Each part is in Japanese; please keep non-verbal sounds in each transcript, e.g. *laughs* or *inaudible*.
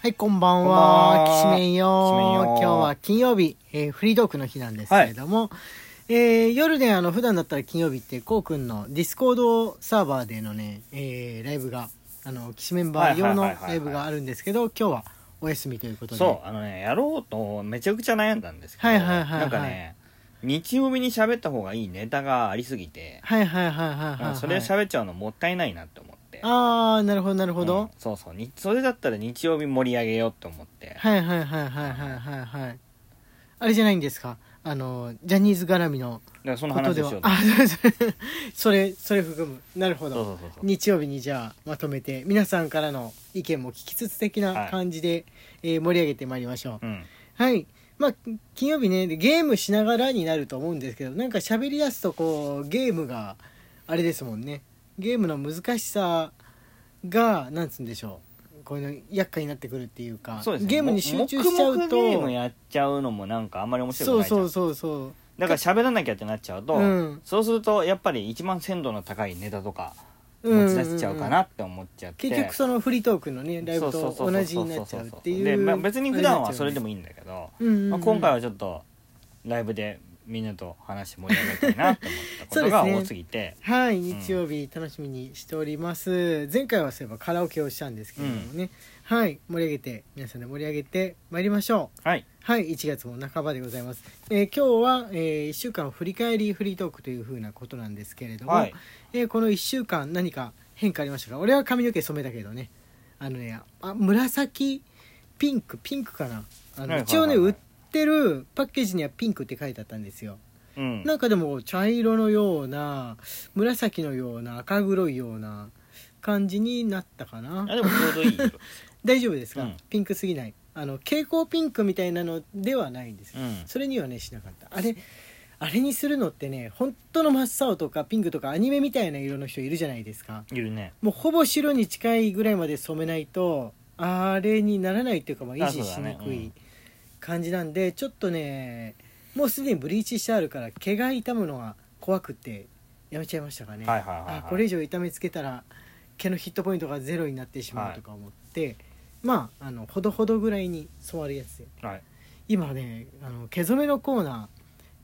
はい、こんばんこんは。ばきんしはめんよきしめんよ今日は金曜日、えーフリートークの日なんですけれども、えー夜ね、あの、普段だったら金曜日って、こうくんのディスコードサーバーでのね、えーライブが、あの、きしめんバー用のはいはいはいはいはいライブがあるんですけど、今日はお休みということで。そうあのねやろうとめちゃくちゃ悩んだんですけど、はいはいはいはいなんかね日曜日に喋った方がいいネタがありすぎて、はいはいはいはいはい、はい。それを喋っちゃうのもったいないなって思ってあー、なるほどなるほど。うんそうそうにそれだったら日曜日盛り上げようと思って、はいはいはいはいはいはいはい。あれじゃないんですかあの、ジャニーズ絡みだのからそのこと話でをしよはうと思あってそうそう *laughs* それそれ含むなるほどそうそうそうそう日曜日にじゃあまとめて皆さんからの意見も聞きつつ的はない感じで、えー盛り上げてまいりましょううんはいまあ金曜日ねでゲームしながらになると思うんですけどなんか喋り出すとこうゲームがあれですもんねゲームの難しさがなんつうんでしょうこういうの厄介になってくるっていうかそうですねゲームに集中しちゃうも黙と々ゲームやっちゃうのもなんかあんまり面白くなそういじゃんそうそうそうだから喋らなきゃってなっちゃうと、うんそうするとやっぱり一番鮮度の高いネタとかうん持ち出しちゃうかなって思っちゃって、結局そのフリートークのねライブと同じになっちゃうっていうで、まあ、別に普段はそれでも、もいいんだけど、うんうんうんまあ、今回はちょっとライブでみんなと話盛り上げたいなと思ったことがそうですね多すぎてはい日曜日楽しみにしております、前回はそういえばカラオケをしたんですけれどもね、はい盛り上げて皆さんで盛り上げてまいりましょうはいはい1月も半ばでございます、えー今日は、え1週間を振り返りフリートークというふうなことなんですけれども、はいえーこの1週間何か変化ありましたか俺は髪の毛染めたけどねあのねあ紫ピンクピンクかなあはいはいはのい一応ね売ってるパッケージにはピンクって書いてあったんですようんなんかでも茶色のような紫のような赤黒いような感じになったかあなでもちょうどいいよ、大丈夫ですか、うんピンクすぎないあの蛍光ピンクみたいなのではないんですうよ、ん、それにはねしなかったあれあれにするのってね本当の真っ青とかピンクとかアニメみたいな色の人いるじゃないですかいるねもうほぼ白に近いぐらいまで染めないとあれにならないっていうか、まあ、維持しにあそうだくねういん感じなんで、ちょっとねもうすでにブリーチしてあるから毛が傷むのが怖くてやめちゃいましたかね、はいはいはいはいあこれ以上痛めつけたら毛のヒットポイントがゼロになってしまうとか思って、まああのほどほどぐらいに染まるやつではい今ねあの毛染めのコーナ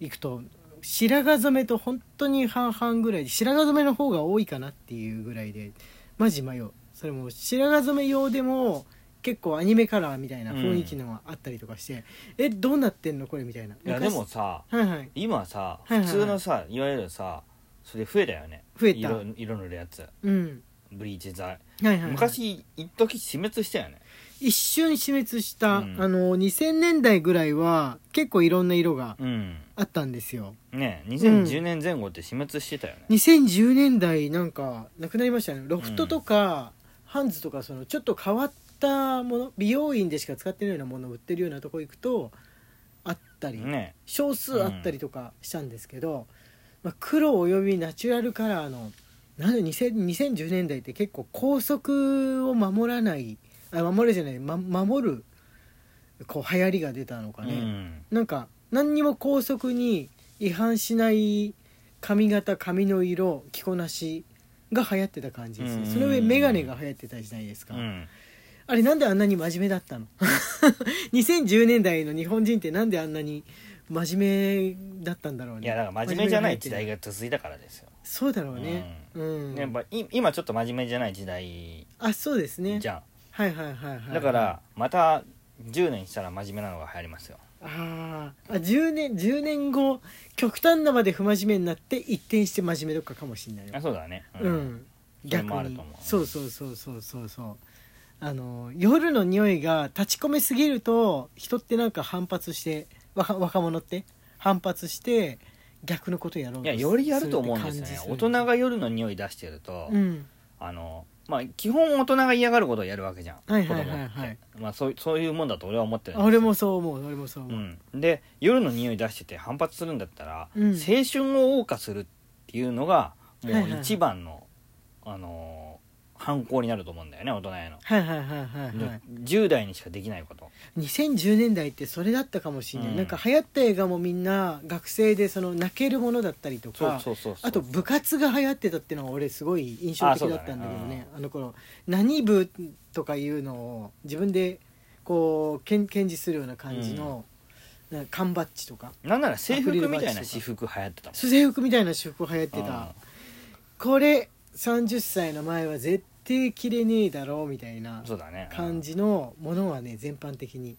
ー行くと白髪染めと本当に半々ぐらいで白髪染めの方が多いかなっていうぐらいでマジ迷うそれも白髪染め用でも結構アニメカラーみたいな雰囲気のがあったりとかして、えどうなってんのこれみたいないやでもさ昔はいはい今さはいはいは普い通のさ、いわゆるさそれ増えたよね増えた色色塗るやつうんブリーチ剤はいはいはい、昔一時死滅したよね一瞬死滅した、うんあの2000年代ぐらいは結構いろんな色がうんあったんですよね2010年前後って死滅してたよね、 2010年代なんかなくなりましたねロフトとか、ハンズとかそのちょっと変わったもの美容院でしか使ってないようなものを売ってるようなとこ行くとあったり、ね少数あったりとかしたんですけど、まあ、黒およびナチュラルカラーのなんで2000 2010年代って結構校則を守らないあ守るじゃない、ま、守るこう流行りが出たのかね。うんなんか何にも校則に違反しない髪型髪の色着こなしが流行ってた感じですうんうねんうんその上眼鏡が流行ってたじゃないですか、うんあれなんであんなに真面目だったの2010年代の日本人ってなんであんなに真面目だったんだろうねいやだから真面目じゃない時真面代目に流行ってが続いたからですよ、そうだろうねうん、やっぱい今ちょっと真面目じゃない時代あそうですねじゃん、はいはいはいはいだからまた10年したら真面目なのが流行りますよあーあ10年10年後極端なまで不真面目になって一転して真面目とかかもしれないよあそうだねうん、逆にそれもあると思うそうそうそうそうそうそうあの夜の匂いが立ち込めすぎると人ってなんか反発して若若者って反発して逆のことやろういとやすよりやると思うんですよすね大るって感じする人が夜の匂い出してると、うんあのまあ基本大人が嫌がることをやるわけじゃん、はいはいはい子供はっいてまあそうそういうもんだと俺は思ってるんですよ俺もそう思う俺もそう思うう、ん、で夜の匂い出してて反発するんだったら、うん青春を謳歌するっていうのがもはいはいう一番の、あのー反抗になると思うんだよね大人への、はいはいはいはいはい10代にしかできないこと2010年代ってそれだったかもしれない、うんなんか流行った映画もみんな学生でその泣けるものだったりとかそうそうそうそうあと部活が流行ってたっていうのが俺すごい印象的だったんだけどねあの頃何部とかいうのを自分でこうけん検事するような感じの、なんか缶バッジとかなんなら制服みたいなアク私リ服流行ってたもん制服みたいな私服流行ってたこれ30歳の前は絶対着れねえだろうみたいなうんそうだね感じのものはね全般的に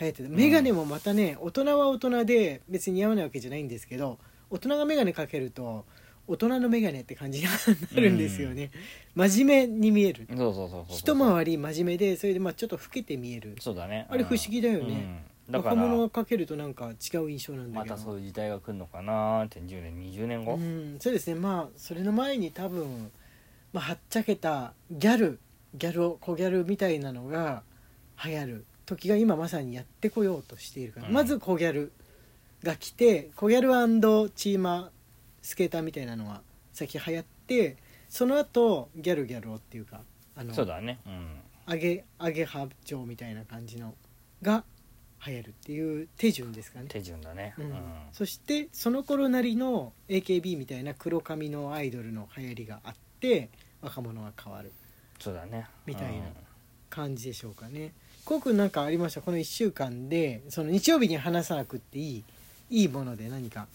流行ってた眼鏡もまたね大人は大人で別に似合わないわけじゃないんですけど大人が眼鏡かけると大人の眼鏡って感じになるんですよね、真面目に見えるうんそうそうそうそう一回り真面目でそれでまあちょっと老けて見えるそうだねあれ不思議だよね、うんだから若者がかけるとなんか違う印象なんだまけどたそういう時代が来るのかなって10年20年後、うん、そうですねまあそれの前に多分、まあ、はっちゃけたギャルギャルを小ギャルみたいなのが流行る時が今まさにやってこようとしているから、うんまず小ギャルが来て小ギャルチーマースケーターみたいなのが先流行ってその後ギャルギャルをっていうかあのそうだねうん上げ上げ派長みたいな感じのが流行るっていう手順ですかね。手順だねうんうんそしてその頃なりの AKB みたいな黒髪のアイドルの流行りがあって若者が変わるそうだねみたいうなん感じでしょうかね。こうくんなんかありましたこの1週間でその日曜日に話さなくっていいいいもので何か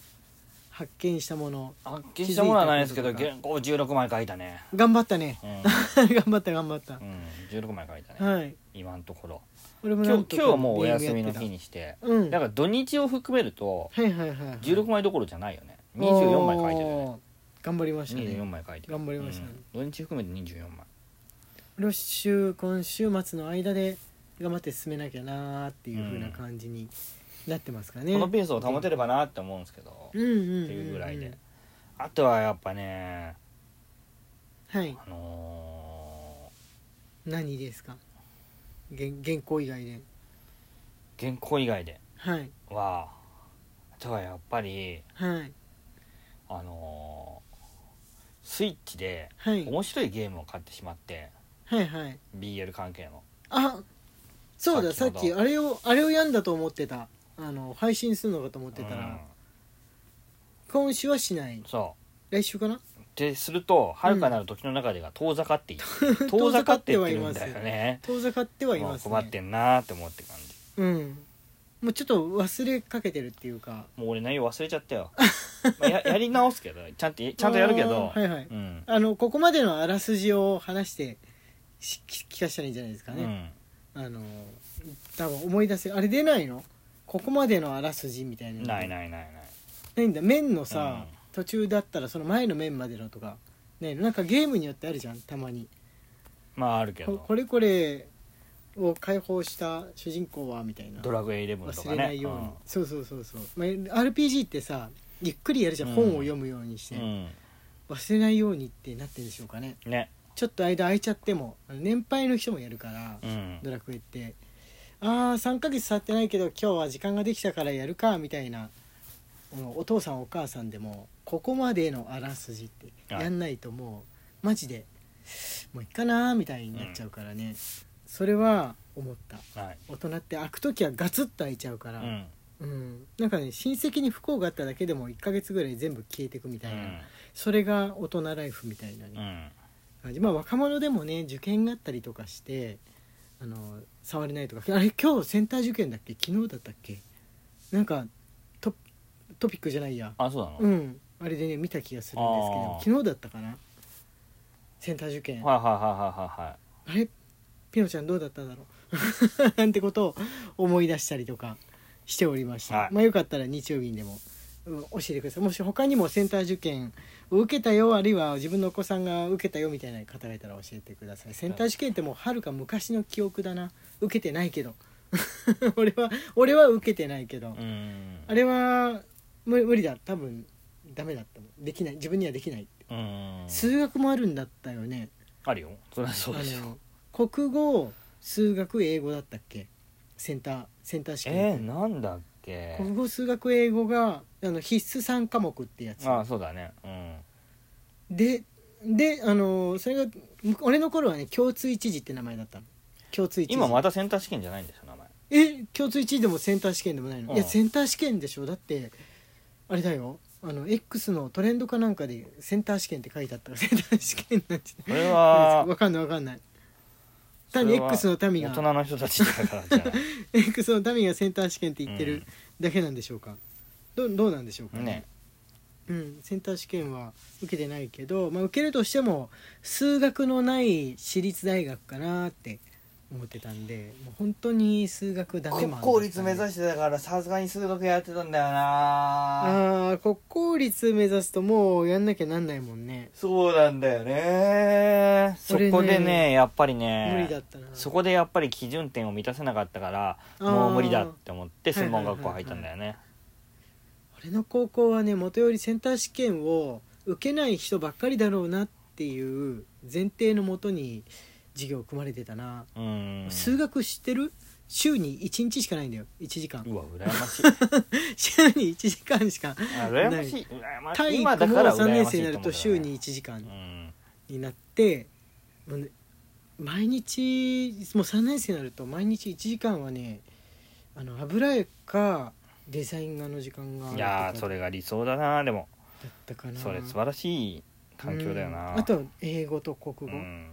発見したもの発見したものはないですけど気づい原た稿16枚書いたね頑張ったね *laughs* うん、頑張った頑張ったう、ん、16枚書いた *laughs* ね、はい今のところ俺もな今ん日とか今日はもうお休みの DM 日にしてやってたうんだから土日を含めるとはいはいはい、はい、 16枚どころじゃないよね24枚書いてるよねおー頑張りましたね24枚書いてる頑張りましたねうん土日含めて24枚ロッシュ今週末の間で頑張って進めなきゃなーっていう風な感じになってますかね、このペースを保てればなって思うんですけどうんうんうんんっていうぐらいであとはやっぱねはいあの何ですか原原稿以外でー原稿以外ではいはあとはやっぱりはいあのースイッチではい面白いゲームを買ってしまってはいはい BL 関係のあそうだささっっききのあれをあれを病んだと思ってたあの配信するのかと思ってたら、今週はしないうんそ来週かなうですると遥かなる時の中でが遠ざかってい *laughs* って遠ざかっていってるんだよね遠ざかってはいもまうすね困ってんなーって思って感じうんもうちょっと忘れかけてるっていうかもう俺内容忘れちゃ *laughs* ったよまあややり直すけどちゃんとちゃんとやるけど、あーはいはいうん、あのここまでのあらすじを話してし聞聞かしたらいいんじゃないですかうね、んあの多分思い出せあれ出ないのここまでのあらすじみたいなのないないないないないんだ面のさ、うん途中だったらその前の面までのとかないのなんかゲームによってあるじゃんたまにまああるけこどこれこれを解放した主人公はみたいなドラクエイレブンとかね忘れないように、そうそうそうそう、まあ、RPG ってさゆっくりやるじゃん、うん本を読むようにして、うん忘れないようにってなってるんでしょうかねうんねちょっと間空いちゃっても年配の人もやるから、うんドラクエってああ3ヶ月経ってないけど今日は時間ができたからやるかみたいなおお父さんお母さんでもここまでのあらすじってはいやんないともうマジでもういっかなーみたいになっちゃうからね、それは思ったはい大人って開く時はガツッと開いちゃうかうら、んうんなんかね親戚に不幸があっただけでも1ヶ月ぐらい全部消えてくみうたいな、んそれが大人ライフみたいなね、うん感じまあ若者でもね受験があったりとかしてあの触れないとかあれ今日センター受験だっけ昨日だったっけなんかトトピックじゃないやあそうなの、うはいんあれでね見た気がするんですけあどー昨日だったかなセンター受験、はいはいはいはいはいあれピノちゃんどうだったんだろう *laughs* なんてことを思い出したりとかしておりました、はいまあよかったら日曜日にでも、うん教えてくださいもし他にもセンター受験を受けたよあるいは自分のお子さんが受けたよみたいな方がいたら教えてくださいセンター受験ってもうはるか昔の記憶だな受けてないけど *laughs* 俺は俺は受けてないけど、うんあれは無無理だ多分ダメだったもんできない自分にはできない、うん数学もあるんだったよねあるよそれはそうでしょあの国語数学英語だったっけセンターセンター試験、えー、なんだっけ国語数学英語があの必須3科目ってやつあそうだねうんでであのそれがむ俺の頃はね共通一次って名前だったの共通一次今またセンター試験じゃないんですよ *laughs* 名前え共通一次でもセンター試験でもないの、うんいやセンター試験でしょだってあれだよあの X のトレンドかなんかでセンター試験って書いてあったからセンター試験なんじゃないこれはわかんないわかんない単にそれは X の民大人がの人たちだからじゃない X の民がセンター試験 *laughs* って言ってるだけなんでしょうか、どうどうなんでしょうかねうん、センター試験は受けてないけど、まあ、受けるとしても数学のない私立大学かなって思ってたんでもう本当に数学ダメマンだったんで国公立目指してたからさすがに数学やってたんだよなああ国公立目指すともうやんなきゃなんないもんねそうなんだよねそ俺ねこでねやっぱり無理だっねたなそこでやっぱり基準点を満たせなかったからあーもう無理だって思ってはい専はいはい門学校入ったんだよね俺の高校はねもとよりセンター試験を受けない人ばっかりだろうなっていう前提のもとに授業組まれてたな、うん数学知ってる週に1日しかないんだよ1時間うわ羨ましいあ週に1時間しか羨ましい羨まし体い育も今だから3羨年まし生いにと思うなるとんだよ週ねに1時間うんになってもうね毎日もう3年生になると毎日1時間はねあの油絵かデザイン画の時間があるいとかやーそれが理想だなでもだったかなそれ素晴らしい環境だようなんあとは英語と国う語っん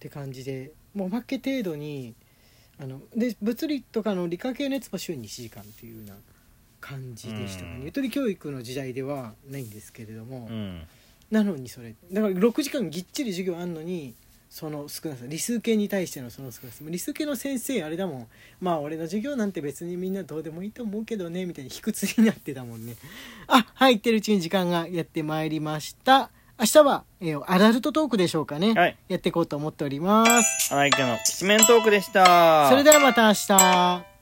て感じで、もうおまけ程度にあので物理とかの理科系のやつも週に1時間っていうような感じでしたかね、うんゆとり教育の時代ではないんですけれども、うんなのにそれだから6時間ぎっちり授業あんのにその少なさ理数系に対してのその少なさ理数系の先生あれだもんまあ俺の授業なんて別にみんなどうでもいいと思うけどねみたいに卑屈になってたもんねあはい言ってるうちに時間がやってまいりました明日は、えーアダルトトークでしょうかね、はいやっていこうと思っております相手の七面トークでしたそれではまた明日